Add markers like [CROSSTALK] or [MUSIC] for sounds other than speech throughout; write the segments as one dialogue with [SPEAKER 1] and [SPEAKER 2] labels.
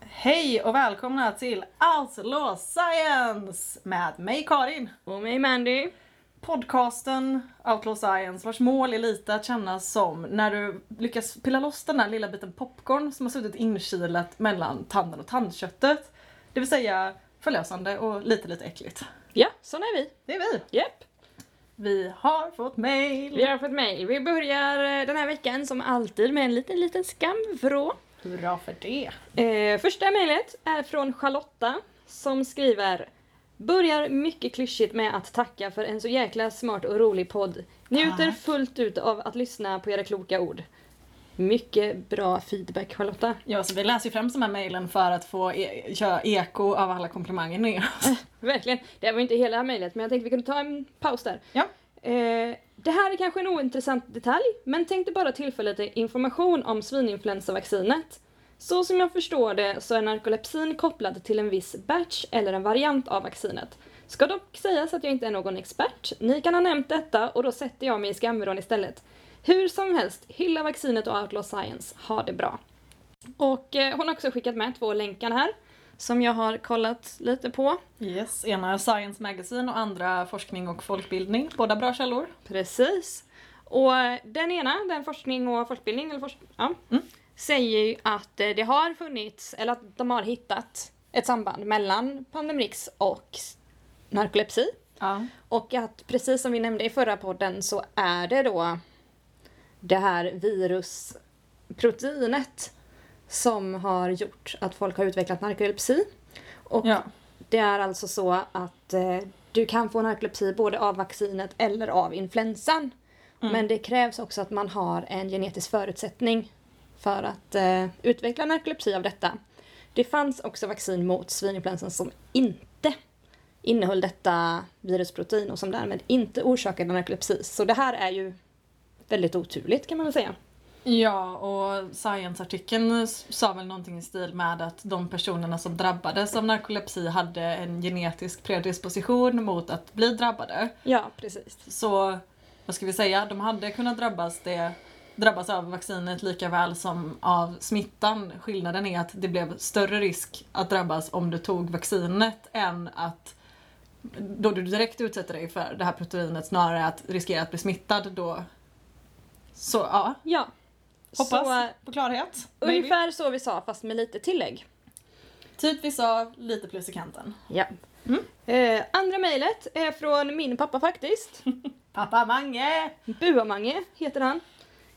[SPEAKER 1] Hej och välkomna till Outlaw Science med mig Karin.
[SPEAKER 2] Och mig Mandy.
[SPEAKER 1] Podcasten Outlaw Science vars mål är lite att kännas som när du lyckas pilla loss den där lilla biten popcorn som har suttit inkilat mellan tanden och tandköttet. Det vill säga förlösande och lite lite äckligt.
[SPEAKER 2] Ja, sån är vi.
[SPEAKER 1] Det är vi!
[SPEAKER 2] Japp.
[SPEAKER 1] Vi har fått mail!
[SPEAKER 2] Vi har fått mejl. Vi börjar eh, den här veckan som alltid med en liten, liten skamvrå.
[SPEAKER 1] Hurra för det!
[SPEAKER 2] Eh, första mejlet är från Charlotta som skriver Börjar mycket klyschigt med att tacka för en så jäkla smart och rolig podd. Njuter
[SPEAKER 1] Tack.
[SPEAKER 2] fullt ut av att lyssna på era kloka ord. Mycket bra feedback Charlotta.
[SPEAKER 1] Ja, så vi läser ju främst de här mailen för att få e- göra eko av alla komplimanger ni ger oss.
[SPEAKER 2] [LAUGHS] Verkligen. Det var ju inte hela mejlet men jag tänkte vi kunde ta en paus där.
[SPEAKER 1] Ja.
[SPEAKER 2] Eh, det här är kanske en ointressant detalj, men tänkte bara tillförlitlig information om svininfluensavaccinet. Så som jag förstår det så är narkolepsin kopplad till en viss batch eller en variant av vaccinet. Ska dock sägas att jag inte är någon expert. Ni kan ha nämnt detta och då sätter jag mig i skamvrån istället. Hur som helst, hylla vaccinet och Outlaw Science. Ha det bra. Och eh, hon har också skickat med två länkar här som jag har kollat lite på.
[SPEAKER 1] Yes, ena är Science Magazine och andra forskning och folkbildning. Båda bra källor.
[SPEAKER 2] Precis. Och den ena, den forskning och folkbildning, eller forsk- ja,
[SPEAKER 1] Mm.
[SPEAKER 2] säger ju att eh, det har funnits, eller att de har hittat ett samband mellan Pandemrix och s- narkolepsi.
[SPEAKER 1] Ja.
[SPEAKER 2] Och att precis som vi nämnde i förra podden så är det då det här virusproteinet som har gjort att folk har utvecklat narkolepsi. Och
[SPEAKER 1] ja.
[SPEAKER 2] det är alltså så att eh, du kan få narkolepsi både av vaccinet eller av influensan.
[SPEAKER 1] Mm.
[SPEAKER 2] Men det krävs också att man har en genetisk förutsättning för att eh, utveckla narkolepsi av detta. Det fanns också vaccin mot svininfluensan som inte innehöll detta virusprotein och som därmed inte orsakade narkolepsi. Så det här är ju väldigt oturligt kan man väl säga.
[SPEAKER 1] Ja, och Science-artikeln sa väl någonting i stil med att de personerna som drabbades av narkolepsi hade en genetisk predisposition mot att bli drabbade.
[SPEAKER 2] Ja, precis.
[SPEAKER 1] Så, vad ska vi säga, de hade kunnat drabbas, det, drabbas av vaccinet lika väl som av smittan. Skillnaden är att det blev större risk att drabbas om du tog vaccinet än att då du direkt utsätter dig för det här proteinet snarare att riskera att bli smittad då. Så ja,
[SPEAKER 2] Ja.
[SPEAKER 1] hoppas
[SPEAKER 2] Så, eh,
[SPEAKER 1] på klarhet. Maybe.
[SPEAKER 2] ungefär så vi sa fast med lite tillägg.
[SPEAKER 1] Typ vi sa lite plus i kanten.
[SPEAKER 2] Ja.
[SPEAKER 1] Mm.
[SPEAKER 2] Eh, andra mejlet är från min pappa faktiskt.
[SPEAKER 1] Pappa Mange!
[SPEAKER 2] Buamange heter han.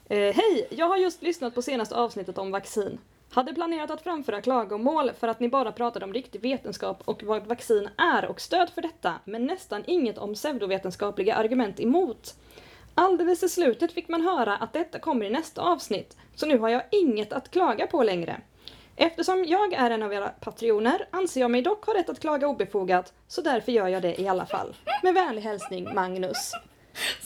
[SPEAKER 2] Eh, Hej! Jag har just lyssnat på senaste avsnittet om vaccin. Hade planerat att framföra klagomål för att ni bara pratade om riktig vetenskap och vad vaccin är och stöd för detta, men nästan inget om pseudovetenskapliga argument emot. Alldeles i slutet fick man höra att detta kommer i nästa avsnitt, så nu har jag inget att klaga på längre. Eftersom jag är en av era patrioner anser jag mig dock ha rätt att klaga obefogat, så därför gör jag det i alla fall. Med vänlig hälsning Magnus.
[SPEAKER 1] [LAUGHS]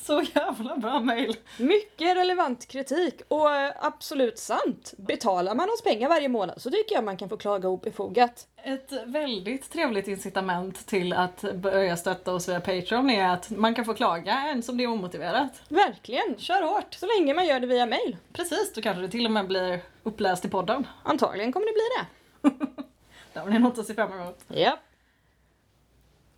[SPEAKER 1] Så jävla bra mail!
[SPEAKER 2] Mycket relevant kritik och eh, absolut sant. Betalar man oss pengar varje månad så tycker jag man kan få klaga obefogat.
[SPEAKER 1] Ett väldigt trevligt incitament till att börja stötta oss via Patreon är att man kan få klaga ens om det är omotiverat.
[SPEAKER 2] Verkligen.
[SPEAKER 1] Kör hårt!
[SPEAKER 2] Så länge man gör det via mail.
[SPEAKER 1] Precis, då kanske det till och med blir uppläst i podden.
[SPEAKER 2] Antagligen kommer det bli det.
[SPEAKER 1] Där har ni något att se fram emot.
[SPEAKER 2] Ja.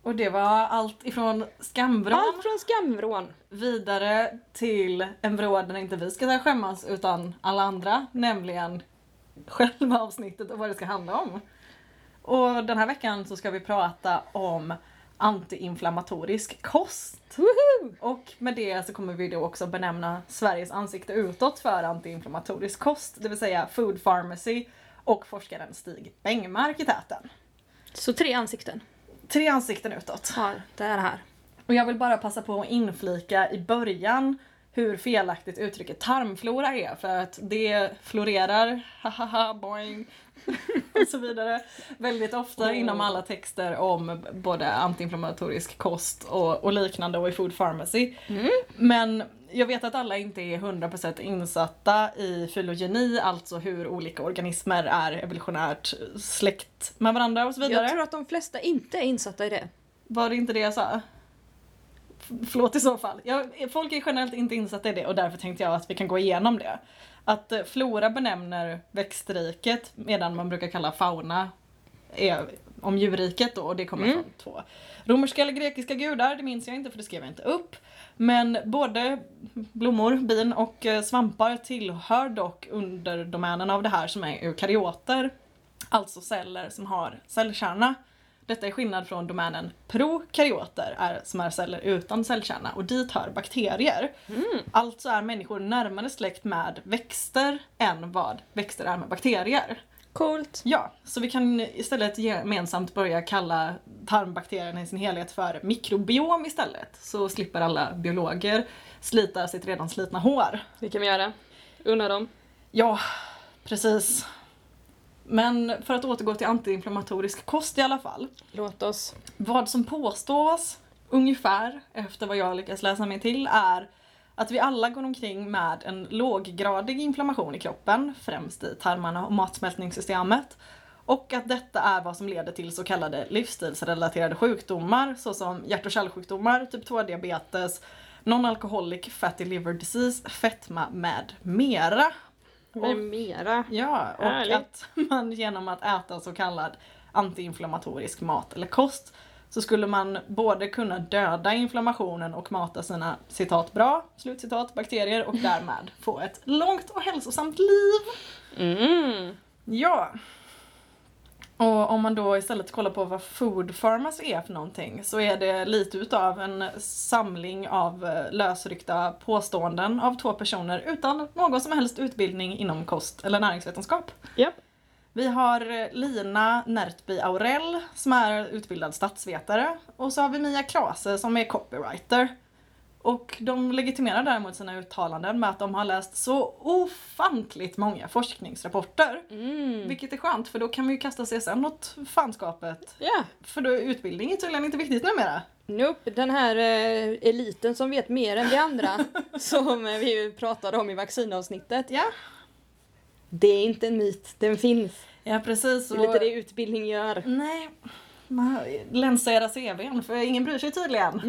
[SPEAKER 1] Och det var allt ifrån skambron
[SPEAKER 2] Allt från skamvrån.
[SPEAKER 1] vidare till en vrå där inte vi ska skämmas utan alla andra, nämligen själva avsnittet och vad det ska handla om. Och den här veckan så ska vi prata om antiinflammatorisk kost.
[SPEAKER 2] Woohoo!
[SPEAKER 1] Och med det så kommer vi då också benämna Sveriges ansikte utåt för antiinflammatorisk kost, det vill säga Food Pharmacy och forskaren Stig Bengmark i täten.
[SPEAKER 2] Så tre ansikten
[SPEAKER 1] Tre ansikten utåt.
[SPEAKER 2] har det här. här.
[SPEAKER 1] Och jag vill bara passa på att inflika i början hur felaktigt uttrycket tarmflora är för att det florerar, hahaha, boing, [LAUGHS] och så vidare väldigt ofta inom alla texter om både antiinflammatorisk kost och, och liknande och i food pharmacy. Men jag vet att alla inte är 100% insatta i filogeni, alltså hur olika organismer är evolutionärt släkt med varandra och så vidare.
[SPEAKER 2] Jag tror att de flesta inte är insatta i det.
[SPEAKER 1] Var det inte det jag sa? Förlåt i så fall. Jag, folk är generellt inte insatta i det och därför tänkte jag att vi kan gå igenom det. Att eh, flora benämner växtriket medan man brukar kalla fauna är om djurriket då och det kommer
[SPEAKER 2] Mm.
[SPEAKER 1] från två. Romerska eller grekiska gudar, det minns jag inte för det skrev jag inte upp. Men både blommor, bin och eh, svampar tillhör dock underdomänen av det här som är eukaryoter. Alltså celler som har cellkärna. Detta är skillnad från domänen prokaryoter, är, som är celler utan cellkärna, och dit hör bakterier. Alltså är människor närmare släkt med växter än vad växter är med bakterier.
[SPEAKER 2] Coolt.
[SPEAKER 1] Ja, så vi kan istället gemensamt börja kalla tarmbakterierna i sin helhet för mikrobiom istället. Så slipper alla biologer slita sitt redan slitna hår.
[SPEAKER 2] Det kan vi göra. Unna dem.
[SPEAKER 1] Ja, precis. Men för att återgå till antiinflammatorisk kost i alla fall.
[SPEAKER 2] Låt oss.
[SPEAKER 1] Vad som påstås, ungefär, efter vad jag lyckas läsa mig till, är att vi alla går omkring med en låggradig inflammation i kroppen, främst i tarmarna och matsmältningssystemet. Och att detta är vad som leder till så kallade livsstilsrelaterade sjukdomar såsom hjärt och kärlsjukdomar, typ 2-diabetes, non-alcoholic fatty liver disease, fetma med mera.
[SPEAKER 2] Med
[SPEAKER 1] Och-
[SPEAKER 2] mera.
[SPEAKER 1] Ja, och
[SPEAKER 2] Härligt.
[SPEAKER 1] att man genom att äta så kallad antiinflammatorisk mat eller kost så skulle man både kunna döda inflammationen och mata sina citat bra, slutcitat, bakterier och därmed få ett långt och hälsosamt liv.
[SPEAKER 2] Mm.
[SPEAKER 1] Ja. Och om man då istället kollar på vad Food Pharmacy är för någonting så är det lite utav en samling av eh, lösryckta påståenden av två personer utan någon som helst utbildning inom kost eller näringsvetenskap.
[SPEAKER 2] Japp.
[SPEAKER 1] Vi har eh, Lina Nertby Aurell som är utbildad statsvetare och så har vi Mia Krase som är copywriter. Och de legitimerar däremot sina uttalanden med att de har läst så ofantligt många forskningsrapporter.
[SPEAKER 2] Mm.
[SPEAKER 1] Vilket är skönt för då kan vi ju kasta CSN åt fanskapet.
[SPEAKER 2] Ja.
[SPEAKER 1] För då är utbildning tydligen inte viktigt numera.
[SPEAKER 2] Nope, den här eh, eliten som vet mer än vi andra som eh, vi ju pratade om i vaccinavsnittet.
[SPEAKER 1] Ja,
[SPEAKER 2] Det är inte en myt, den finns.
[SPEAKER 1] ja precis.
[SPEAKER 2] Det är lite det utbildning gör.
[SPEAKER 1] Nej, man länsar era CVn för ingen bryr sig tydligen.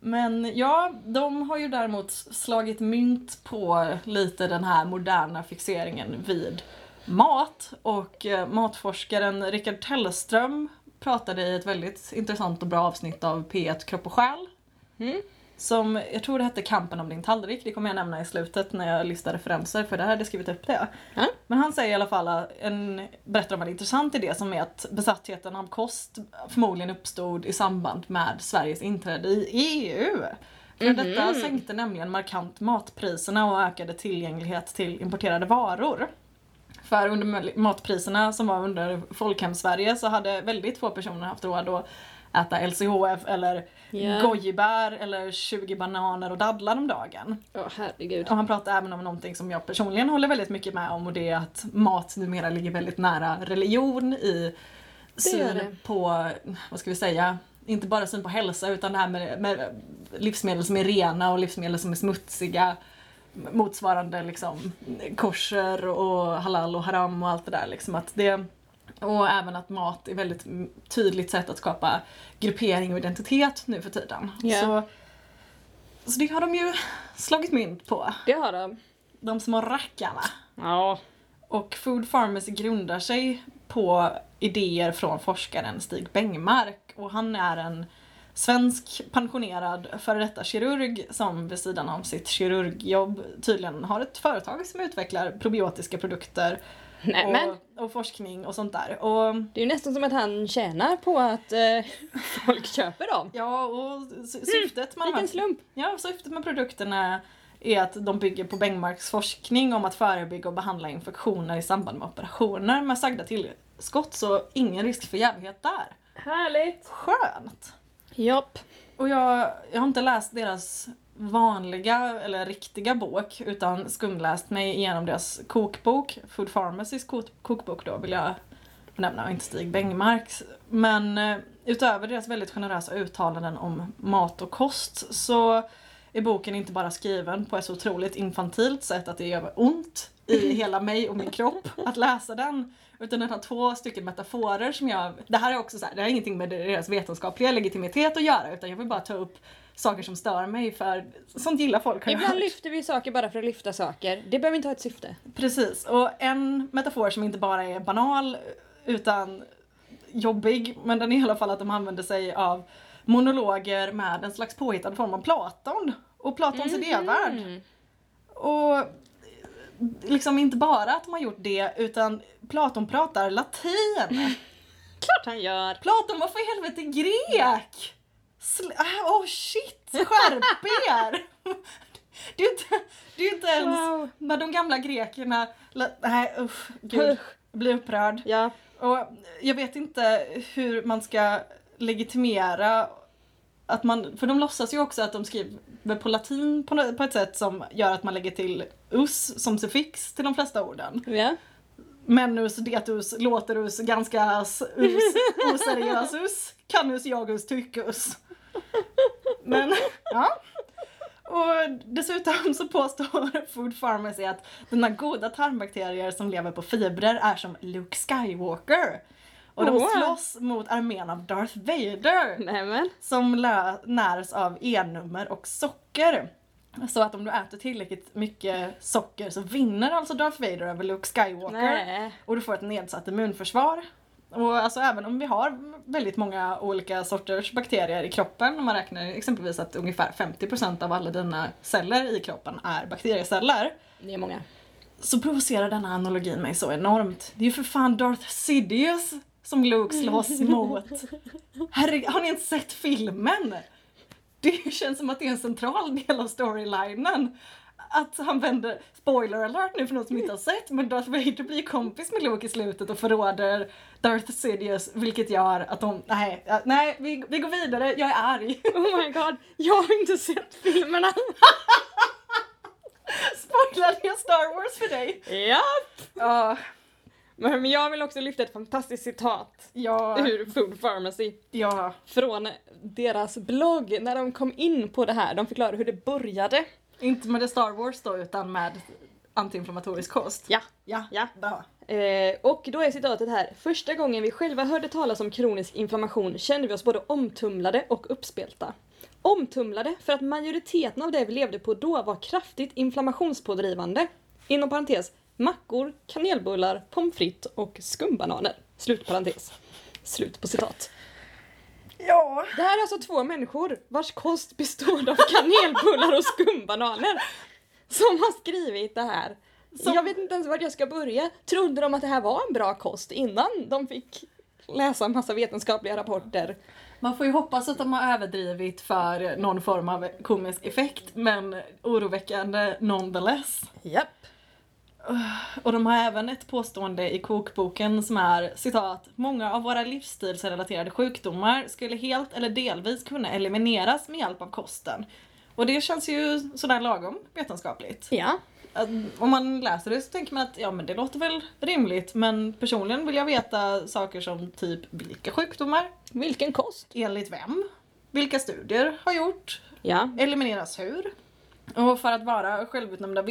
[SPEAKER 1] Men ja, de har ju däremot slagit mynt på lite den här moderna fixeringen vid mat. Och eh, matforskaren Rickard Tellström pratade i ett väldigt intressant och bra avsnitt av P1 Kropp och Själ.
[SPEAKER 2] Mm.
[SPEAKER 1] Som, jag tror det hette Kampen om din tallrik, det kommer jag nämna i slutet när jag listar referenser för det här hade jag skrivit upp det.
[SPEAKER 2] Ja.
[SPEAKER 1] Men han säger i alla fall, eh, en, berättar om en intressant idé som är att besattheten av kost förmodligen uppstod i samband med Sveriges inträde i EU. För detta sänkte nämligen markant matpriserna och ökade tillgänglighet till importerade varor. För under matpriserna som var under Folkhem-Sverige så hade väldigt få personer haft råd att äta LCHF eller
[SPEAKER 2] Ja.
[SPEAKER 1] gojibär eller 20 bananer och dadlar om dagen.
[SPEAKER 2] Åh herregud.
[SPEAKER 1] Och han pratar även om någonting som jag personligen håller väldigt mycket med om och det är att mat numera ligger väldigt nära religion i
[SPEAKER 2] gör
[SPEAKER 1] syn
[SPEAKER 2] det.
[SPEAKER 1] på, vad ska vi säga, inte bara syn på hälsa utan det här med, med livsmedel som är rena och livsmedel som är smutsiga motsvarande liksom korser och halal och haram och allt det där liksom att det och även att mat är väldigt m- tydligt sätt att skapa gruppering och identitet nu för tiden.
[SPEAKER 2] Ja.
[SPEAKER 1] Så, så det har de ju slagit mynt på,
[SPEAKER 2] Det har de.
[SPEAKER 1] de små rackarna.
[SPEAKER 2] Ja.
[SPEAKER 1] Och Food Pharmacy grundar sig på idéer från forskaren Stig Bengmark och han är en svensk pensionerad före detta kirurg som vid sidan om sitt kirurgjobb tydligen har ett företag som utvecklar probiotiska produkter
[SPEAKER 2] Nej men.
[SPEAKER 1] och, och forskning och sånt där. Och
[SPEAKER 2] Det är ju nästan som att han tjänar på att eh, folk köper dem.
[SPEAKER 1] Ja, och sy- syftet med, de här-
[SPEAKER 2] Vilken slump.
[SPEAKER 1] ja, syftet med produkterna är att de bygger på Bengmarks forskning om att förebygga och behandla infektioner i samband med operationer med sagda tillskott, så ingen risk för jävighet där.
[SPEAKER 2] Härligt.
[SPEAKER 1] Skönt!
[SPEAKER 2] Japp.
[SPEAKER 1] Och jag, jag har inte läst deras vanliga eller riktiga bok utan skumläst mig igenom deras kokbok, Food Pharmacys ko- kokbok då vill jag nämna och inte Stig Bengmarks. Men eh, utöver deras väldigt generösa uttalanden om mat och kost så är boken inte bara skriven på ett så otroligt infantilt sätt att det gör ont [LAUGHS] i hela mig och min kropp att läsa den. Utan den har två stycken metaforer som jag... Det här är också så här, det har ingenting med deras vetenskapliga legitimitet att göra utan jag vill bara ta upp saker som stör mig för sånt gillar folk har jag
[SPEAKER 2] Ibland
[SPEAKER 1] hört.
[SPEAKER 2] lyfter vi saker bara för att lyfta saker. Det behöver inte ha ett syfte.
[SPEAKER 1] Precis, och en metafor som inte bara är banal utan jobbig, men den är i alla fall att de använder sig av monologer med en slags påhittad form av Platon och Platons idévärld.
[SPEAKER 2] Mm.
[SPEAKER 1] Och liksom inte bara att de har gjort det utan Platon pratar latin!
[SPEAKER 2] Klart han gör!
[SPEAKER 1] Platon var för helvete grek! Sl- ah, oh shit, skärp er! [LAUGHS] Det är ju inte, det är ju inte ens
[SPEAKER 2] Wow.
[SPEAKER 1] men de gamla grekerna, la- nej usch, gud.
[SPEAKER 2] Usch.
[SPEAKER 1] Jag blir upprörd.
[SPEAKER 2] Ja.
[SPEAKER 1] Och jag vet inte hur man ska legitimera att man, för de låtsas ju också att de skriver på latin på, nå- på ett sätt som gör att man lägger till us som suffix till de flesta orden.
[SPEAKER 2] ja.
[SPEAKER 1] Menus, detus, låterus, ganskas,
[SPEAKER 2] [LAUGHS]
[SPEAKER 1] us, oseriösus, canus, jagus, tyckus. Men, [LAUGHS] ja. Och dessutom så påstår Food Pharmacy att dina goda tarmbakterier som lever på fibrer är som Luke Skywalker. Och de
[SPEAKER 2] Wow.
[SPEAKER 1] slåss mot armén av Darth Vader
[SPEAKER 2] Nämen.
[SPEAKER 1] som lä- närs av E-nummer och socker. Så att om du äter tillräckligt mycket socker så vinner alltså Darth Vader över Luke Skywalker.
[SPEAKER 2] Nej.
[SPEAKER 1] Och du får ett nedsatt immunförsvar. Och alltså även om vi har väldigt många olika sorters bakterier i kroppen, om man räknar exempelvis att ungefär 50% av alla dina celler i kroppen är bakterieceller,
[SPEAKER 2] Det är många.
[SPEAKER 1] så provocerar denna analogin mig så enormt. Det är ju för fan Darth Sidious som Luke slåss mot. Herregud, har ni inte sett filmen? Det känns som att det är en central del av storylinen. Att han vänder, spoiler alert nu för någon som inte har sett, men Darth Vader blir kompis med Luke i slutet och förråder Darth Sidious vilket gör att de, nej, äh, nej vi, vi går vidare, jag är arg. [LAUGHS]
[SPEAKER 2] Oh my god, jag har inte sett filmerna.
[SPEAKER 1] Spoilade jag Star Wars för dig?
[SPEAKER 2] ja.
[SPEAKER 1] Ja,
[SPEAKER 2] Men men jag vill också lyfta ett fantastiskt citat
[SPEAKER 1] ja,
[SPEAKER 2] ur Food Pharmacy.
[SPEAKER 1] ja.
[SPEAKER 2] Från deras blogg när de kom in på det här. De förklarade hur det började.
[SPEAKER 1] Inte med det Star Wars då utan med antiinflammatorisk kost.
[SPEAKER 2] Ja.
[SPEAKER 1] Ja.
[SPEAKER 2] Ja.
[SPEAKER 1] Bra.
[SPEAKER 2] Eh, och då är citatet här. Första gången vi själva hörde talas om kronisk inflammation kände vi oss både omtumlade och uppspelta. Omtumlade för att majoriteten av det vi levde på då var kraftigt inflammationspådrivande. Inom parentes, mackor, kanelbullar, pommes frites och skumbananer. Slut parentes. Slut på citat.
[SPEAKER 1] Ja.
[SPEAKER 2] Det här är alltså två människor vars kost bestod av kanelbullar och skumbananer. Som har skrivit det här.
[SPEAKER 1] Som-
[SPEAKER 2] Jag vet inte ens vart jag ska börja. Trodde de att det här var en bra kost innan de fick läsa en massa vetenskapliga rapporter?
[SPEAKER 1] Man får ju hoppas att de har överdrivit för någon form av komisk effekt men oroväckande nonetheless.
[SPEAKER 2] Japp.
[SPEAKER 1] Och de har även ett påstående i kokboken som är citat Många av våra livsstilsrelaterade sjukdomar skulle helt eller delvis kunna elimineras med hjälp av kosten. Och det känns ju sådär lagom vetenskapligt.
[SPEAKER 2] Ja.
[SPEAKER 1] Att om man läser det så tänker man att ja men det låter väl rimligt men personligen vill jag veta saker som typ vilka sjukdomar,
[SPEAKER 2] Vilken kost?
[SPEAKER 1] enligt vem, vilka studier har gjort,
[SPEAKER 2] Ja.
[SPEAKER 1] elimineras hur. Och för att vara självutnämnda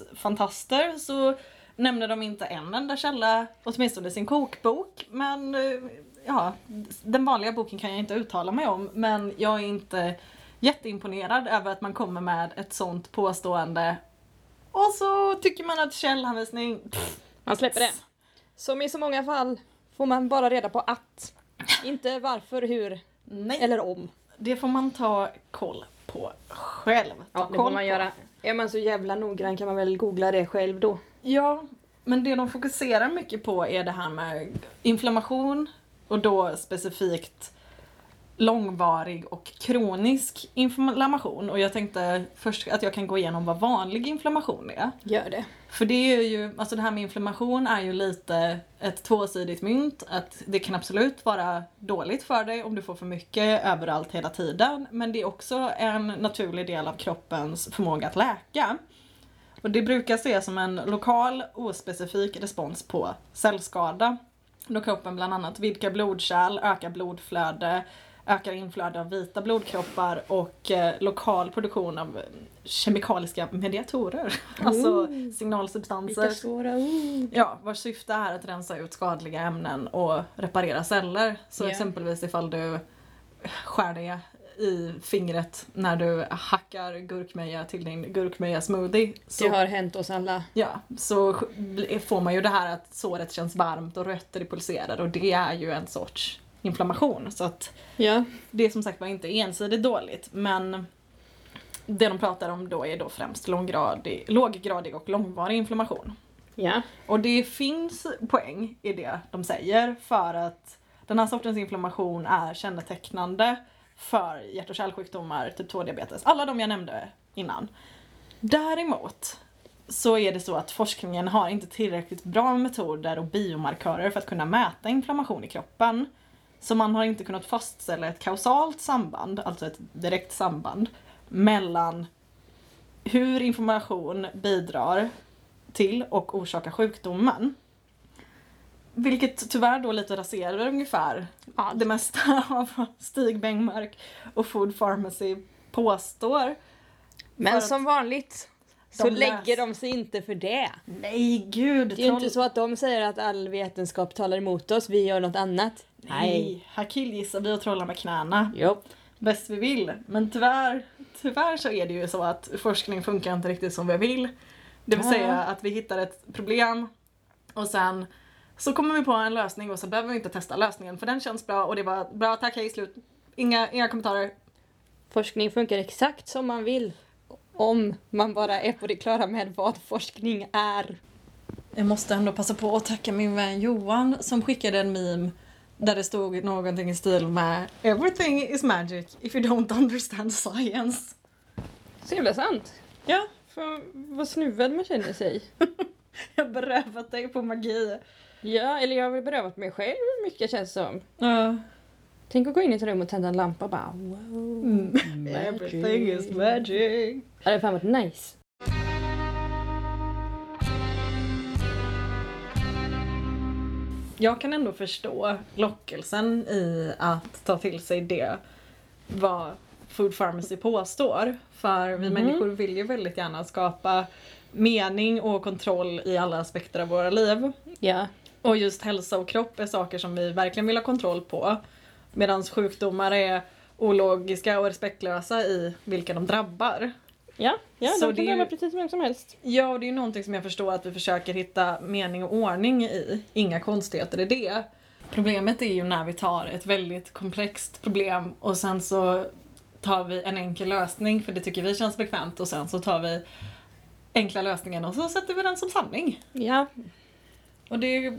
[SPEAKER 1] vetenskapsfantaster så nämner de inte en enda källa, åtminstone i sin kokbok. Men eh, ja, den vanliga boken kan jag inte uttala mig om men jag är inte jätteimponerad över att man kommer med ett sånt påstående och så tycker man att källanvisning, pff,
[SPEAKER 2] Man släpper det. Som i så många fall får man bara reda på att. Inte varför, hur
[SPEAKER 1] nej.
[SPEAKER 2] eller om.
[SPEAKER 1] det får man ta koll på själv. Ta
[SPEAKER 2] Ja, det får
[SPEAKER 1] koll
[SPEAKER 2] man
[SPEAKER 1] på.
[SPEAKER 2] göra. Är man så jävla noggrann kan man väl googla det själv då.
[SPEAKER 1] Ja, men det de fokuserar mycket på är det här med inflammation och då specifikt långvarig och kronisk inflammation. Och jag tänkte först att jag kan gå igenom vad vanlig inflammation är.
[SPEAKER 2] Gör det.
[SPEAKER 1] För det är ju, alltså det här med inflammation är ju lite ett tvåsidigt mynt. Att det kan absolut vara dåligt för dig om du får för mycket överallt hela tiden. Men det är också en naturlig del av kroppens förmåga att läka. Och det brukar ses som en lokal ospecifik respons på cellskada. Då kroppen bland annat vidgar blodkärl, ökar blodflöde, ökar inflöde av vita blodkroppar och eh, lokal produktion av eh, kemikaliska mediatorer. [LAUGHS] Alltså signalsubstanser.
[SPEAKER 3] Vilka svåra ord.
[SPEAKER 1] Ja, vars syfte är att rensa ut skadliga ämnen och reparera celler. Så
[SPEAKER 3] Ja.
[SPEAKER 1] exempelvis ifall du skär dig i fingret när du hackar gurkmeja till din gurkmeja-smoothie.
[SPEAKER 3] Det
[SPEAKER 1] Så,
[SPEAKER 3] har hänt oss alla.
[SPEAKER 1] ja, så sk- får man ju det här att såret känns varmt och rötter det pulserar och det är ju en sorts inflammation. Så att
[SPEAKER 3] Ja.
[SPEAKER 1] det är som sagt var inte ensidigt dåligt men det de pratar om då är då främst långgradig, låggradig och långvarig inflammation.
[SPEAKER 3] Ja.
[SPEAKER 1] Och det finns poäng i det de säger för att den här sortens inflammation är kännetecknande för hjärt och kärlsjukdomar, typ 2-diabetes, alla de jag nämnde innan. Däremot så är det så att forskningen har inte tillräckligt bra metoder och biomarkörer för att kunna mäta inflammation i kroppen. Så man har inte kunnat fastställa ett kausalt samband, alltså ett direkt samband, mellan hur information bidrar till och orsaka sjukdomen. Vilket tyvärr då lite raserar ungefär det mesta [LAUGHS] av vad Stig Bengmark och Food Pharmacy påstår. För
[SPEAKER 3] Men
[SPEAKER 1] att-
[SPEAKER 3] som vanligt så
[SPEAKER 1] De
[SPEAKER 3] lägger
[SPEAKER 1] läs-
[SPEAKER 3] de sig inte för det.
[SPEAKER 1] Nej gud!
[SPEAKER 3] Det är ju inte så att de säger att all vetenskap talar emot oss, vi gör något annat.
[SPEAKER 1] Nej, här killgissar vi och trollar med knäna
[SPEAKER 3] Jo.
[SPEAKER 1] bäst vi vill. Men tyvärr, tyvärr så är det ju så att forskning funkar inte riktigt som vi vill. Det vill
[SPEAKER 3] Ja.
[SPEAKER 1] säga att vi hittar ett problem och sen så kommer vi på en lösning och så behöver vi inte testa lösningen för den känns bra och det var bra, tack, hej, slut. Inga, inga kommentarer,
[SPEAKER 3] Forskning funkar exakt som man vill. Om man bara är på det klara med vad forskning är.
[SPEAKER 1] Jag måste ändå passa på att tacka min vän Johan som skickade en meme där det stod någonting i stil med “Everything is magic if you don't understand science”.
[SPEAKER 3] Så jävla sant.
[SPEAKER 1] Ja,
[SPEAKER 3] Fan, vad snuvad man känner sig.
[SPEAKER 1] jag har berövat dig på magi.
[SPEAKER 3] Ja, eller jag har väl berövat mig själv mycket känns det som.
[SPEAKER 1] Ja.
[SPEAKER 3] Tänk att gå in i ett rum och tända en lampa och bara wow.
[SPEAKER 1] Mm. Everything is magic.
[SPEAKER 3] Ja, Det hade fan varit nice.
[SPEAKER 1] Jag kan ändå förstå lockelsen i att ta till sig det vad Food Pharmacy påstår. För vi
[SPEAKER 3] Mhm.
[SPEAKER 1] människor vill ju väldigt gärna skapa mening och kontroll i alla aspekter av våra liv.
[SPEAKER 3] Ja.
[SPEAKER 1] Och just hälsa och kropp är saker som vi verkligen vill ha kontroll på. Medan sjukdomar är ologiska och respektlösa i vilka de drabbar.
[SPEAKER 3] Ja, ja
[SPEAKER 1] Så
[SPEAKER 3] de
[SPEAKER 1] det är
[SPEAKER 3] kan
[SPEAKER 1] ju-
[SPEAKER 3] drabba precis vem som helst.
[SPEAKER 1] Ja, och det är ju någonting som jag förstår att vi försöker hitta mening och ordning i. Inga konstigheter i det. Problemet är ju när vi tar ett väldigt komplext problem och sen så tar vi en enkel lösning för det tycker vi känns bekvämt och sen så tar vi enkla lösningen och så sätter vi den som sanning.
[SPEAKER 3] Ja,
[SPEAKER 1] Och det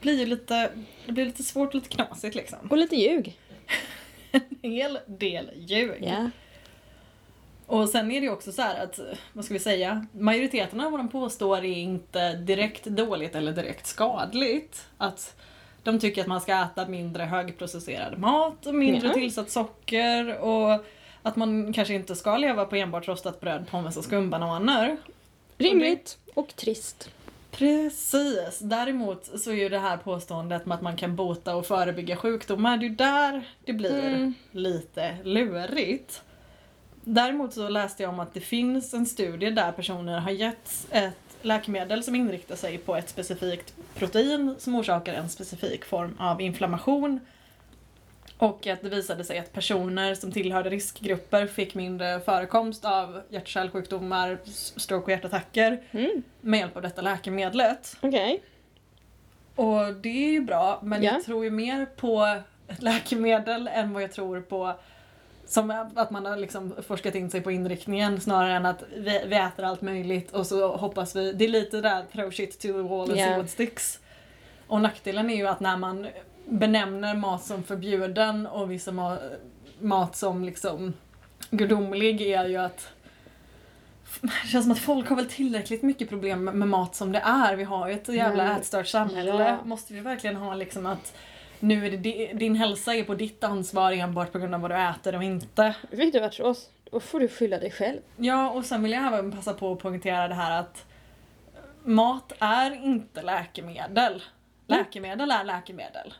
[SPEAKER 1] blir ju lite, det blir lite svårt och lite knasigt liksom.
[SPEAKER 3] och lite ljug.
[SPEAKER 1] hel del ljug.
[SPEAKER 3] Ja.
[SPEAKER 1] Och sen är det ju också så här att, vad ska vi säga, majoriteten av vad de påstår är inte direkt dåligt eller direkt skadligt. Att de tycker att man ska äta mindre högprocesserad mat och mindre
[SPEAKER 3] Ja.
[SPEAKER 1] tillsatt socker och att man kanske inte ska leva på enbart rostat bröd, pommes och skumbananer.
[SPEAKER 3] Rimligt och trist.
[SPEAKER 1] Precis! Däremot så är ju det här påståendet med att man kan bota och förebygga sjukdomar, det är ju där det blir
[SPEAKER 3] Mm.
[SPEAKER 1] lite lurigt. Däremot så läste jag om att det finns en studie där personer har getts ett läkemedel som inriktar sig på ett specifikt protein som orsakar en specifik form av inflammation. Och att det visade sig att personer som tillhörde riskgrupper fick mindre förekomst av hjärt och kärlsjukdomar, s- stroke och hjärtattacker
[SPEAKER 3] Mm.
[SPEAKER 1] med hjälp av detta läkemedlet.
[SPEAKER 3] Okej.
[SPEAKER 1] Och det är ju bra men
[SPEAKER 3] Ja.
[SPEAKER 1] jag tror ju mer på ett läkemedel än vad jag tror på som att man har liksom forskat in sig på inriktningen snarare än att vi, vi äter allt möjligt och så hoppas vi. Det är lite det där throw shit to the wall and
[SPEAKER 3] Ja.
[SPEAKER 1] see what sticks. Och nackdelen är ju att när man benämner mat som förbjuden och vissa ma- mat som liksom gudomlig är ju att det känns som att folk har väl tillräckligt mycket problem med mat som det är. Vi har ju ett jävla
[SPEAKER 3] Men-
[SPEAKER 1] ätstört samhälle.
[SPEAKER 3] Ja.
[SPEAKER 1] Måste vi verkligen ha liksom att nu är det di- din hälsa är på ditt ansvar enbart på grund av vad du äter och inte.
[SPEAKER 3] Fick du varit för oss, då får du skylla dig själv.
[SPEAKER 1] Ja, och sen vill jag även passa på att poängtera det här att mat är inte Mm. läkemedel. Läkemedel är läkemedel.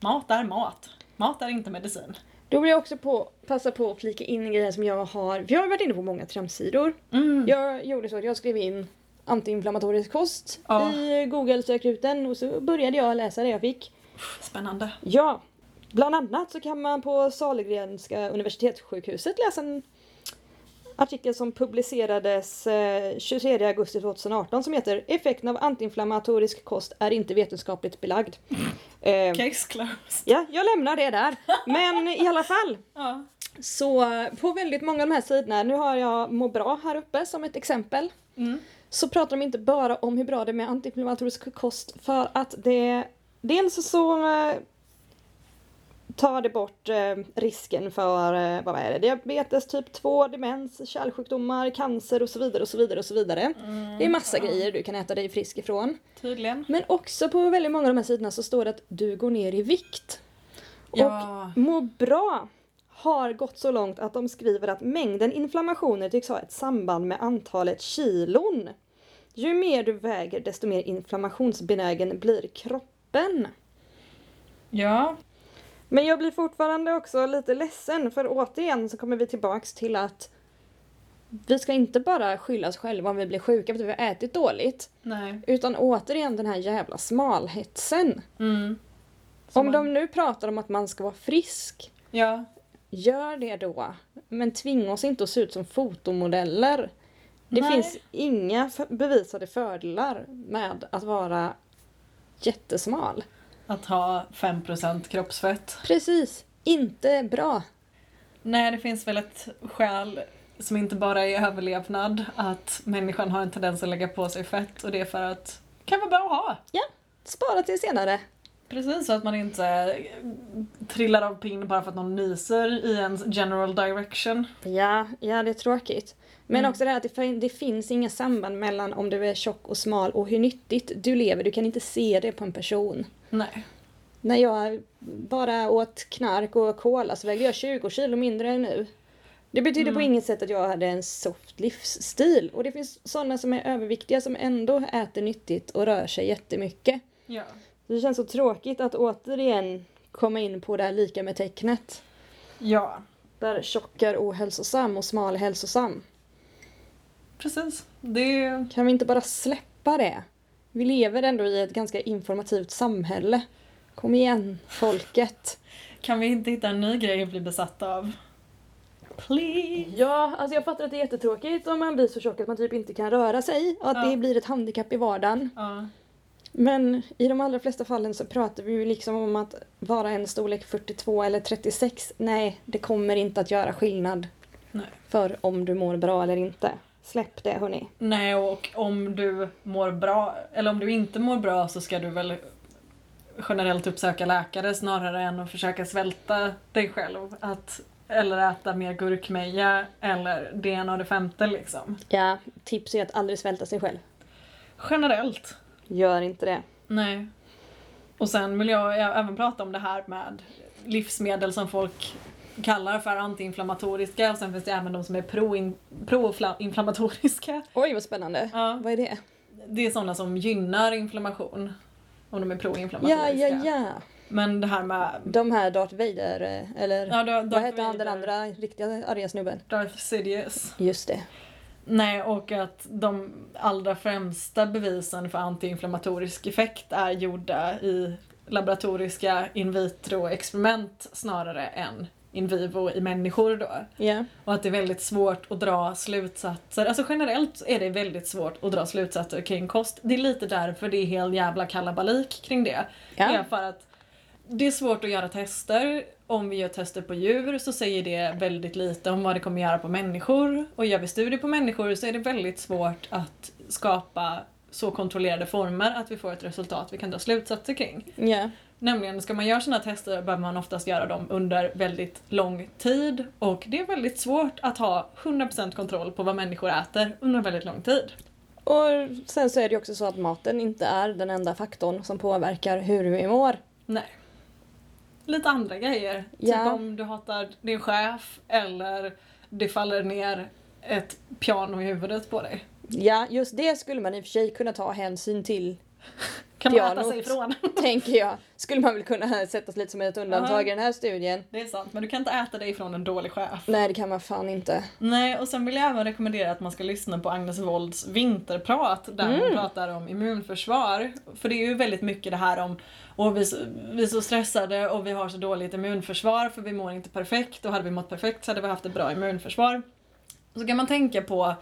[SPEAKER 1] Mat är mat. Mat är inte medicin.
[SPEAKER 2] Då vill jag också på, passa på att flika in en grej här som jag har. Vi har varit inne på många tramsidor.
[SPEAKER 1] Mm.
[SPEAKER 2] Jag gjorde så att jag skrev in antiinflammatorisk kost
[SPEAKER 1] Ja.
[SPEAKER 2] i Google-sökrutan och så började jag läsa det jag fick.
[SPEAKER 1] Spännande.
[SPEAKER 2] Ja, bland annat så kan man på Sahlgrenska universitetssjukhuset läsa en artikel som publicerades eh, 23 augusti 2018 som heter Effekten av antiinflammatorisk kost är inte vetenskapligt belagd. Eh,
[SPEAKER 1] Case closed.
[SPEAKER 2] Ja, jag lämnar det där. Men i alla fall.
[SPEAKER 1] Ja.
[SPEAKER 2] Så eh, på väldigt många av de här sidorna, nu har jag Må bra här uppe som ett exempel
[SPEAKER 1] Mm.
[SPEAKER 2] så pratar de inte bara om hur bra det är med antiinflammatorisk kost för att det dels så eh, tar det bort eh, risken för eh, vad är det, diabetes typ 2, demens, kärlsjukdomar, cancer och så vidare och så vidare och så vidare. Det är massa grejer du kan äta dig frisk ifrån.
[SPEAKER 1] Tydligen.
[SPEAKER 2] Men också på väldigt många av de här sidorna så står det att du går ner i vikt.
[SPEAKER 1] Ja.
[SPEAKER 2] Må bra har gått så långt att de skriver att mängden inflammationer tycks ha ett samband med antalet kilon. Ju mer du väger desto mer inflammationsbenägen blir kroppen.
[SPEAKER 1] ja.
[SPEAKER 2] Men jag blir fortfarande också lite ledsen för återigen så kommer vi tillbaks till att vi ska inte bara skylla oss själva om vi blir sjuka för att vi har ätit dåligt.
[SPEAKER 1] Nej.
[SPEAKER 2] Utan återigen den här jävla smalhetsen.
[SPEAKER 1] Mm.
[SPEAKER 2] om de nu pratar om att man ska vara frisk
[SPEAKER 1] Ja.
[SPEAKER 2] Gör det då. Men tvinga oss inte att se ut som fotomodeller. Det
[SPEAKER 1] Nej.
[SPEAKER 2] finns inga f- bevisade fördelar med att vara jättesmal.
[SPEAKER 1] Att ha 5% kroppsfett.
[SPEAKER 2] Precis. Inte bra.
[SPEAKER 1] Nej, det finns väl ett skäl som inte bara är överlevnad att människan har en tendens att lägga på sig fett och det är för att det kan vara bra att ha.
[SPEAKER 2] Spara till senare.
[SPEAKER 1] Precis, så att man inte eh, trillar av pinn bara för att någon nyser i ens general direction.
[SPEAKER 2] Ja, ja det är tråkigt. Men
[SPEAKER 1] Mm.
[SPEAKER 2] också det här att det, fin- det finns inga samband mellan om du är tjock och smal och hur nyttigt du lever. Du kan inte se det på en person.
[SPEAKER 1] Nej.
[SPEAKER 2] När jag bara åt knark och cola så vägde jag 20 kilo mindre än nu. Det betyder på
[SPEAKER 1] Mm.
[SPEAKER 2] inget sätt att jag hade en soft livsstil. Och det finns sådana som är överviktiga som ändå äter nyttigt och rör sig jättemycket.
[SPEAKER 1] Ja.
[SPEAKER 2] Det känns så tråkigt att återigen komma in på det här lika med tecknet.
[SPEAKER 1] Ja,
[SPEAKER 2] Där tjock är ohälsosam och smal är hälsosam.
[SPEAKER 1] precis. Det är...
[SPEAKER 2] Kan vi inte bara släppa det? Vi lever ändå i ett ganska informativt samhälle. Kom igen, folket.
[SPEAKER 1] Kan vi inte hitta en ny grej att bli besatt av? Please!
[SPEAKER 2] Ja, alltså jag fattar att det är jättetråkigt om man blir så tjock att man typ inte kan röra sig och att
[SPEAKER 1] Ja.
[SPEAKER 2] det blir ett handikapp i vardagen.
[SPEAKER 1] Ja.
[SPEAKER 2] Men i de allra flesta fallen så pratar vi ju liksom om att vara en storlek 42 eller 36. Nej, det kommer inte att göra skillnad
[SPEAKER 1] Nej.
[SPEAKER 2] för om du mår bra eller inte. Släpp det hörni.
[SPEAKER 1] Nej, och om du mår bra, eller om du inte mår bra så ska du väl generellt uppsöka läkare snarare än att försöka svälta dig själv. Att, eller äta mer gurkmeja eller det ena och det femte liksom.
[SPEAKER 2] Ja, tips är att aldrig svälta sig själv.
[SPEAKER 1] Generellt.
[SPEAKER 2] Gör inte det.
[SPEAKER 1] Nej. Och sen vill jag ä- även prata om det här med livsmedel som folk kallar för antiinflammatoriska och sen finns det även de som är proin- pro-inflammatoriska.
[SPEAKER 2] Oj vad spännande.
[SPEAKER 1] Ja.
[SPEAKER 2] Vad är det?
[SPEAKER 1] Det är sådana som gynnar inflammation. Om de är
[SPEAKER 2] Ja,
[SPEAKER 1] proinflammatoriska.
[SPEAKER 2] ja, ja.
[SPEAKER 1] Men det här med...
[SPEAKER 2] De här Darth Vader, eh, eller
[SPEAKER 1] Ja, då,
[SPEAKER 2] vad hette han den andra riktiga arga snubben?
[SPEAKER 1] Darth Sidious.
[SPEAKER 2] Just det.
[SPEAKER 1] Nej, och att de allra främsta bevisen för antiinflammatorisk effekt är gjorda i laboratoriska in vitro-experiment snarare än in vivo i människor då.
[SPEAKER 2] Ja.
[SPEAKER 1] Och att det är väldigt svårt att dra slutsatser. Alltså generellt är det väldigt svårt att dra slutsatser kring kost. Det är lite därför det är hel jävla kalabalik kring det.
[SPEAKER 2] Ja.
[SPEAKER 1] är för att det är svårt att göra tester. Om vi gör tester på djur så säger det väldigt lite om vad det kommer göra på människor. Och gör vi studier på människor så är det väldigt svårt att skapa så kontrollerade former att vi får ett resultat vi kan dra slutsatser kring.
[SPEAKER 2] Ja.
[SPEAKER 1] Nämligen, ska man göra sådana tester behöver man oftast göra dem under väldigt lång tid och det är väldigt svårt att ha 100% kontroll på vad människor äter under väldigt lång tid.
[SPEAKER 2] Och sen så är det ju också så att maten inte är den enda faktorn som påverkar hur vi mår.
[SPEAKER 1] Nej. Lite andra grejer.
[SPEAKER 2] Ja.
[SPEAKER 1] Typ om du hatar din chef eller det faller ner ett piano i huvudet på dig.
[SPEAKER 2] [LAUGHS] Ja, just det skulle man i och för sig kunna ta hänsyn till
[SPEAKER 1] Kan man äta
[SPEAKER 2] Pianot.
[SPEAKER 1] sig ifrån? [LAUGHS]
[SPEAKER 2] tänker jag. Skulle man väl kunna sätta sig lite som ett undantag i den här studien.
[SPEAKER 1] Det är sant, men du kan inte äta dig ifrån en dålig chef.
[SPEAKER 2] Nej, det kan man fan inte.
[SPEAKER 1] Nej, och sen vill jag även rekommendera att man ska lyssna på Agnes Wolds vinterprat där hon pratar om immunförsvar. För det är ju väldigt mycket det här om och vi, är så- vi är så stressade och vi har så dåligt immunförsvar för vi mår inte perfekt och hade vi mått perfekt så hade vi haft ett bra immunförsvar. Så kan man tänka på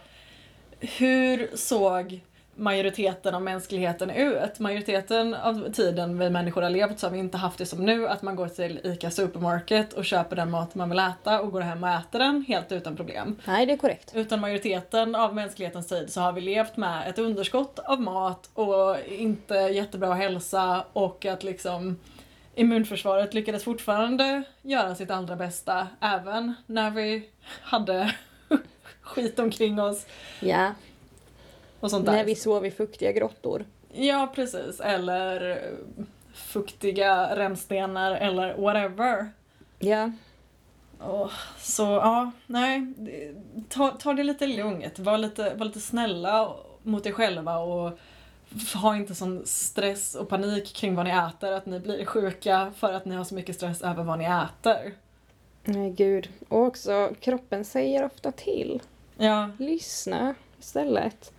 [SPEAKER 1] hur såg majoriteten av mänskligheten ut? Majoriteten av tiden vi människor har levt så har vi inte haft det som nu att man går till ICA Supermarket och köper den mat man vill äta och går hem och äter den helt utan problem.
[SPEAKER 2] Nej, det är korrekt.
[SPEAKER 1] Utan majoriteten av mänsklighetens tid så har vi levt med ett underskott av mat och inte jättebra hälsa och att liksom immunförsvaret lyckades fortfarande göra sitt allra bästa även när vi hade [LAUGHS] skit omkring oss
[SPEAKER 2] Ja.
[SPEAKER 1] och sånt där.
[SPEAKER 2] När vi sov i fuktiga grottor.
[SPEAKER 1] Ja, precis. Eller eh, fuktiga rännstenar eller whatever.
[SPEAKER 2] Ja.
[SPEAKER 1] Åh, så ja, nej. det- Ta, ta det lite lugnt. Var lite, var lite snälla mot er själva och f- ha inte sån stress och panik kring vad ni äter, att ni blir sjuka för att ni har så mycket stress över vad ni äter.
[SPEAKER 2] Nej, gud. Och också, kroppen säger ofta till.
[SPEAKER 1] Ja,
[SPEAKER 2] Lyssna istället.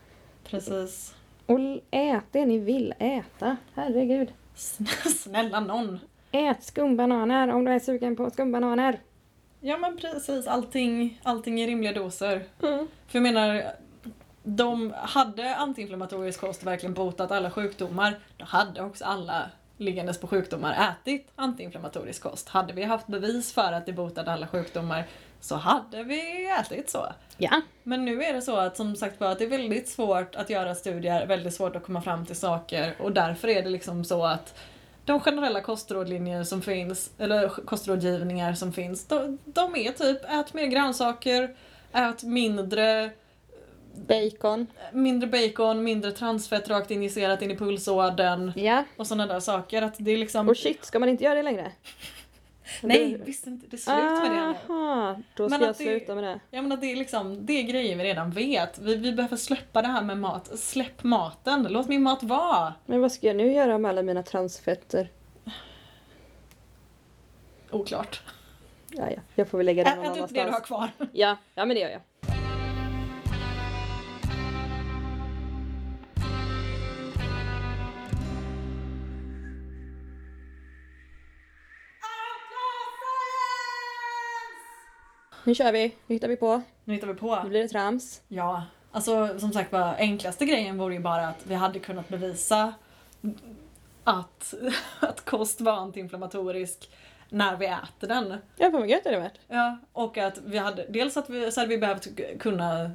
[SPEAKER 1] precis.
[SPEAKER 2] Och l- ät det ni vill äta. Herregud.
[SPEAKER 1] Sn- Snälla någon.
[SPEAKER 2] Ät skumbananer om du är sugen på skumbananer.
[SPEAKER 1] Ja men precis, allting, allting i rimliga doser.
[SPEAKER 2] Mm.
[SPEAKER 1] För jag menar, de hade antiinflammatorisk kost verkligen botat alla sjukdomar, då hade också alla liggandes på sjukdomar ätit antiinflammatorisk kost. Hade vi haft bevis för att det botade alla sjukdomar så hade vi ätit så.
[SPEAKER 2] Ja.
[SPEAKER 1] Men nu är det så att som sagt var att det är väldigt svårt att göra studier, väldigt svårt att komma fram till saker och därför är det liksom så att de generella kostrådlinjer som finns, eller kostrådgivningar som finns, de, de är typ ät mer grönsaker, ät mindre,
[SPEAKER 2] Bacon.
[SPEAKER 1] mindre bacon, mindre transfett rakt injicerat in i pulsådern
[SPEAKER 2] Ja.
[SPEAKER 1] och sådana där saker. Att det är liksom...
[SPEAKER 2] Och shit, ska man inte göra det längre?
[SPEAKER 1] nej, visst inte, det är slut med
[SPEAKER 2] Ah.
[SPEAKER 1] det nu.
[SPEAKER 2] Aha, då ska
[SPEAKER 1] Men
[SPEAKER 2] jag
[SPEAKER 1] att det-
[SPEAKER 2] sluta med det.
[SPEAKER 1] Ja men att det är liksom, det är grejer vi redan vet. Vi, vi behöver släppa det här med mat. Släpp maten, låt min mat vara!
[SPEAKER 2] Men vad ska jag nu göra med alla mina transfetter?
[SPEAKER 1] Oklart.
[SPEAKER 2] Ja, ja. Jag får väl lägga det någon
[SPEAKER 1] Ät upp det du har
[SPEAKER 2] annanstans.
[SPEAKER 1] kvar.
[SPEAKER 2] Ja, ja men det gör jag. Nu kör vi, nu hittar vi på.
[SPEAKER 1] [LAUGHS] Nu hittar vi
[SPEAKER 2] Nu
[SPEAKER 1] på.
[SPEAKER 2] blir det trams.
[SPEAKER 1] Ja, alltså som sagt var, enklaste grejen vore ju bara att vi hade kunnat bevisa att, [LAUGHS] att kost var antiinflammatorisk när vi äter den.
[SPEAKER 2] Ja, fan vad gött det hade varit.
[SPEAKER 1] Ja, och att vi hade, dels att vi, så hade vi behövt k- kunna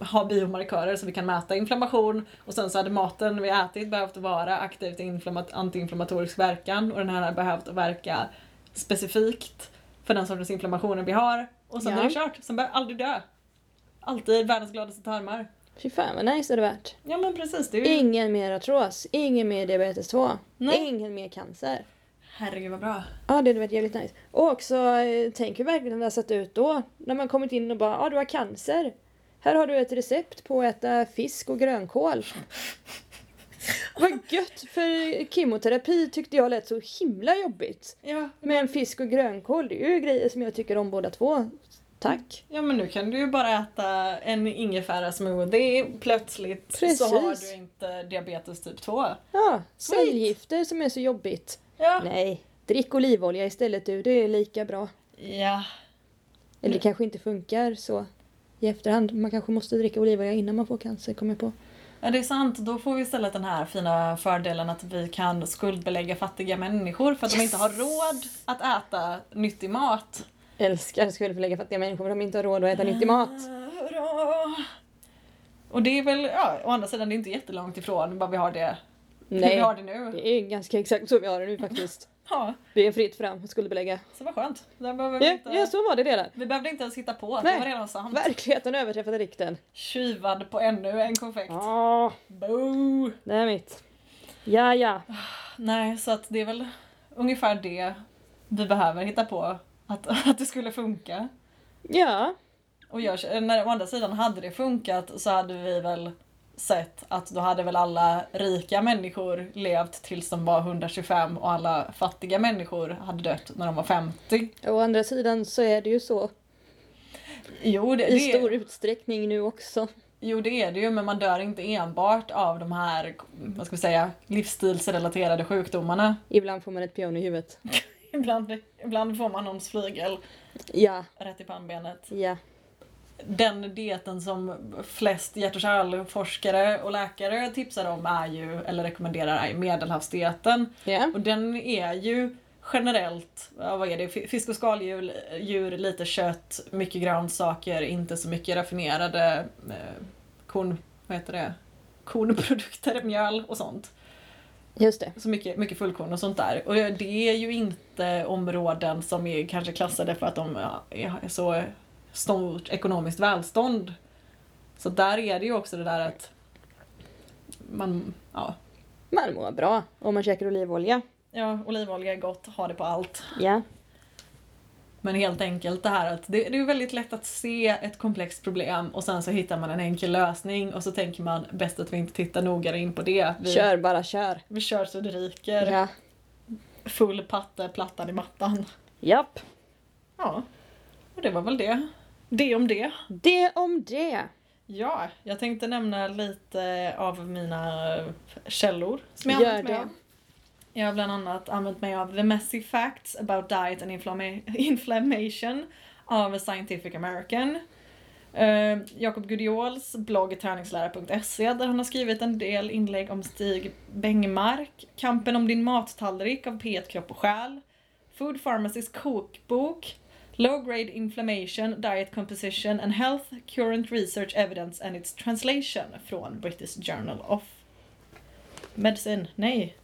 [SPEAKER 1] ha biomarkörer så vi kan mäta inflammation och sen så hade maten vi ätit behövt vara aktivt i inflamma- antiinflammatorisk verkan och den här hade behövt verka specifikt för den sortens inflammationer vi har och sen
[SPEAKER 2] Ja.
[SPEAKER 1] är det kört, sen behöver aldrig dö. Alltid världens gladaste tarmar.
[SPEAKER 2] Fy fan vad nice det hade varit.
[SPEAKER 1] Ja men precis, det är ju...
[SPEAKER 2] Ingen mer artros, ingen mer diabetes 2,
[SPEAKER 1] Mm. Nej.
[SPEAKER 2] ingen mer cancer.
[SPEAKER 1] Herregud vad bra.
[SPEAKER 2] Ja, det hade varit jävligt nice. Och också, eh, tänk hur verkligen det har sett ut då. När man kommit in och bara, ja ah, du har cancer. Här har du ett recept på att äta fisk och
[SPEAKER 1] [LAUGHS]
[SPEAKER 2] grönkål. Vad gött, för kemoterapi tyckte jag lät så himla jobbigt.
[SPEAKER 1] Ja.
[SPEAKER 2] Men fisk och grönkål, det är ju grejer som jag tycker om båda två. Tack.
[SPEAKER 1] ja men nu kan du ju bara äta en ingefära smoothie plötsligt
[SPEAKER 2] Precis.
[SPEAKER 1] så har du inte diabetes typ 2.
[SPEAKER 2] Ja,
[SPEAKER 1] Sweet.
[SPEAKER 2] cellgifter som är så jobbigt.
[SPEAKER 1] Ja.
[SPEAKER 2] Nej, drick olivolja istället du, det är lika bra.
[SPEAKER 1] Ja.
[SPEAKER 2] Eller det kanske inte funkar så i efterhand. Man kanske måste dricka olivolja innan man får cancer, kommer jag på.
[SPEAKER 1] ja, det är sant. Då får vi istället den här fina fördelen att vi kan skuldbelägga fattiga människor för att de inte har råd att äta nyttig mat.
[SPEAKER 2] Älskar skuldbelägga fattiga människor som inte har råd att äta nyttig mat.
[SPEAKER 1] Eh, Hurra! Och det är väl, ja, å andra sidan det är inte jättelångt ifrån vad vi har det, hur vi
[SPEAKER 2] Nej,
[SPEAKER 1] har det nu.
[SPEAKER 2] det är ganska exakt så vi har det nu faktiskt.
[SPEAKER 1] Ja,
[SPEAKER 2] Det är fritt fram att skuldbelägga.
[SPEAKER 1] så vad skönt. Där behöver vi,
[SPEAKER 2] Ja,
[SPEAKER 1] inte,
[SPEAKER 2] ja, så var det redan.
[SPEAKER 1] vi behövde inte ens hitta på, det
[SPEAKER 2] Nej.
[SPEAKER 1] var redan sant.
[SPEAKER 2] Verkligheten överträffade rikten.
[SPEAKER 1] Tjuvad på ännu en konfekt.
[SPEAKER 2] Ja,
[SPEAKER 1] Boo!
[SPEAKER 2] det är mitt. Ja, ja.
[SPEAKER 1] Nej, så att det är väl ungefär det vi behöver hitta på. Att, att det skulle funka.
[SPEAKER 2] Ja,
[SPEAKER 1] Och jag, när, å andra sidan, hade det funkat så hade vi väl sätt att då hade väl alla rika människor levt tills de var 125 och alla fattiga människor hade dött när de var 50.
[SPEAKER 3] Å andra sidan så är det ju så
[SPEAKER 1] Jo det,
[SPEAKER 3] i
[SPEAKER 1] det,
[SPEAKER 3] stor utsträckning nu också.
[SPEAKER 1] jo, det är det ju men man dör inte enbart av de här vad ska vi säga, livsstilsrelaterade sjukdomarna.
[SPEAKER 3] Ibland får man ett pion i huvudet.
[SPEAKER 1] Ibland, ibland får man någons flygel
[SPEAKER 3] Ja,
[SPEAKER 1] rätt i pannbenet.
[SPEAKER 3] ja.
[SPEAKER 1] Den dieten som flest hjärt och kärlforskare och läkare tipsar om är ju, eller rekommenderar, är ju medelhavsdieten.
[SPEAKER 3] Ja,
[SPEAKER 1] Och den är ju generellt, ja, vad är det, Fi- fisk och skaldjur, djur, lite kött, mycket grönsaker, inte så mycket raffinerade eh, korn, vad heter det? kornprodukter, mjöl och sånt.
[SPEAKER 3] just det.
[SPEAKER 1] Så mycket, mycket fullkorn och sånt där. Och det är ju inte områden som är kanske klassade för att de ja, är så stort ekonomiskt välstånd. Så där är det ju också det där att man, ja,
[SPEAKER 3] Man mår bra om man käkar olivolja.
[SPEAKER 1] ja olivolja är gott, ha det på allt.
[SPEAKER 3] Ja.
[SPEAKER 1] Men helt enkelt det här att det, det är väldigt lätt att se ett komplext problem och sen så hittar man en enkel lösning och så tänker man bäst att vi inte tittar noggrant in på det. Vi
[SPEAKER 3] Kör, bara kör.
[SPEAKER 1] vi kör så det ryker.
[SPEAKER 3] Ja.
[SPEAKER 1] Full patte, plattan i mattan.
[SPEAKER 3] Japp.
[SPEAKER 1] Ja, och det var väl det. Det om det.
[SPEAKER 3] Det om det.
[SPEAKER 1] Ja, jag tänkte nämna lite av mina eh, källor som jag
[SPEAKER 3] Gör
[SPEAKER 1] använt mig
[SPEAKER 3] det.
[SPEAKER 1] av. Jag har bland annat använt mig av The Massive Facts About Diet and Inflamma- Inflammation av Scientific American. Eh, Jakob Gudiols blogg träningslära.se där han har skrivit en del inlägg om Stig Bengmark, Kampen om din mattallrik av P1 Kropp och Själ, Food Pharmacys kokbok, Low Grade Inflammation, Diet Composition and Health, Current Research Evidence and its Translation från British Journal of Medicine. Nej.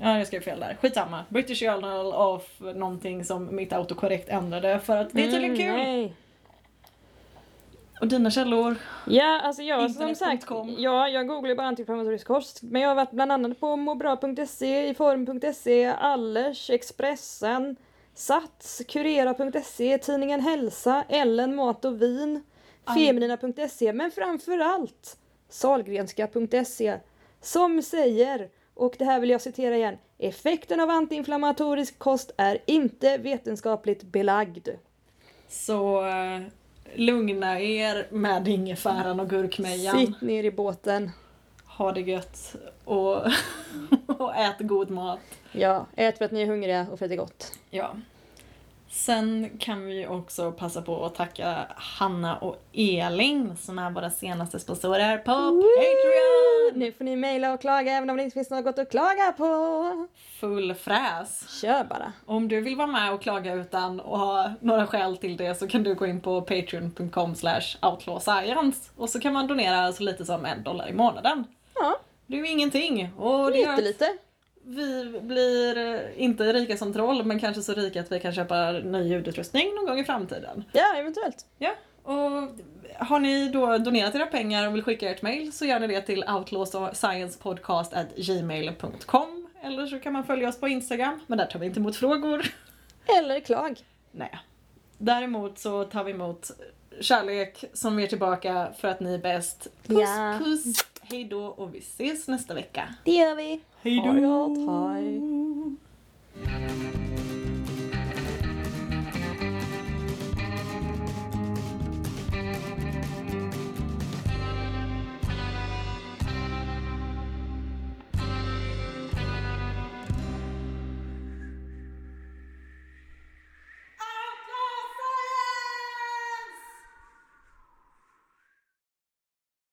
[SPEAKER 1] Ja, jag skrev fel där. Skitsamma. British Journal of någonting som mitt autokorrekt ändrade för att det är tydligen kul.
[SPEAKER 3] Mm, nej.
[SPEAKER 1] Mm. Och dina källor?
[SPEAKER 2] Ja, alltså jag som sagt,
[SPEAKER 1] Internet.com.
[SPEAKER 2] ja, jag googlar ju bara antiinflammatorisk kost. Men jag har varit bland annat på måbra.se, iform.se, Allers, Expressen, Sats, Kurera.se, Tidningen Hälsa, Ellen Mat och Vin,
[SPEAKER 1] Aj.
[SPEAKER 2] Feminina.se, men framförallt Sahlgrenska.se som säger, och det här vill jag citera igen, effekten av antiinflammatorisk kost är inte vetenskapligt belagd.
[SPEAKER 1] Så eh, lugna er med ingefäran och gurkmejan.
[SPEAKER 2] Sitt.
[SPEAKER 3] Sitt ner i båten.
[SPEAKER 1] Ha det gött och, [LAUGHS] och ät god mat.
[SPEAKER 3] Ja, ät för att ni är hungriga och för att det är gott.
[SPEAKER 1] Ja. Sen kan vi också passa på att tacka Hanna och Elin som är våra senaste sponsorer på Patreon!
[SPEAKER 2] Nu
[SPEAKER 3] Nu får ni mejla och klaga även om det inte finns något att klaga på.
[SPEAKER 1] Full fräs!
[SPEAKER 3] Kör bara.
[SPEAKER 1] Om du vill vara med och klaga utan och ha några skäl till det så kan du gå in på patreon.com outlawscience och så kan man donera så lite som en dollar i månaden.
[SPEAKER 3] Ja,
[SPEAKER 1] Det är ju ingenting och det gör att
[SPEAKER 3] jättelite.
[SPEAKER 1] vi blir eh, inte rika som troll men kanske så rika att vi kan köpa ny ljudutrustning någon gång i framtiden.
[SPEAKER 3] Ja, eventuellt.
[SPEAKER 1] Ja, och har ni då donerat era pengar och vill skicka ert mail så gör ni det till outlawsciencepodcast.gmail.com eller så kan man följa oss på Instagram, men där tar vi inte emot frågor. [LAUGHS]
[SPEAKER 3] Eller klag.
[SPEAKER 1] Nej. Däremot så tar vi emot kärlek som är tillbaka för att ni är bäst. Puss
[SPEAKER 3] Ja.
[SPEAKER 1] puss! Hej då och vi ses nästa vecka.
[SPEAKER 3] Det gör vi.
[SPEAKER 1] Hej
[SPEAKER 3] Ha det gott. Hej.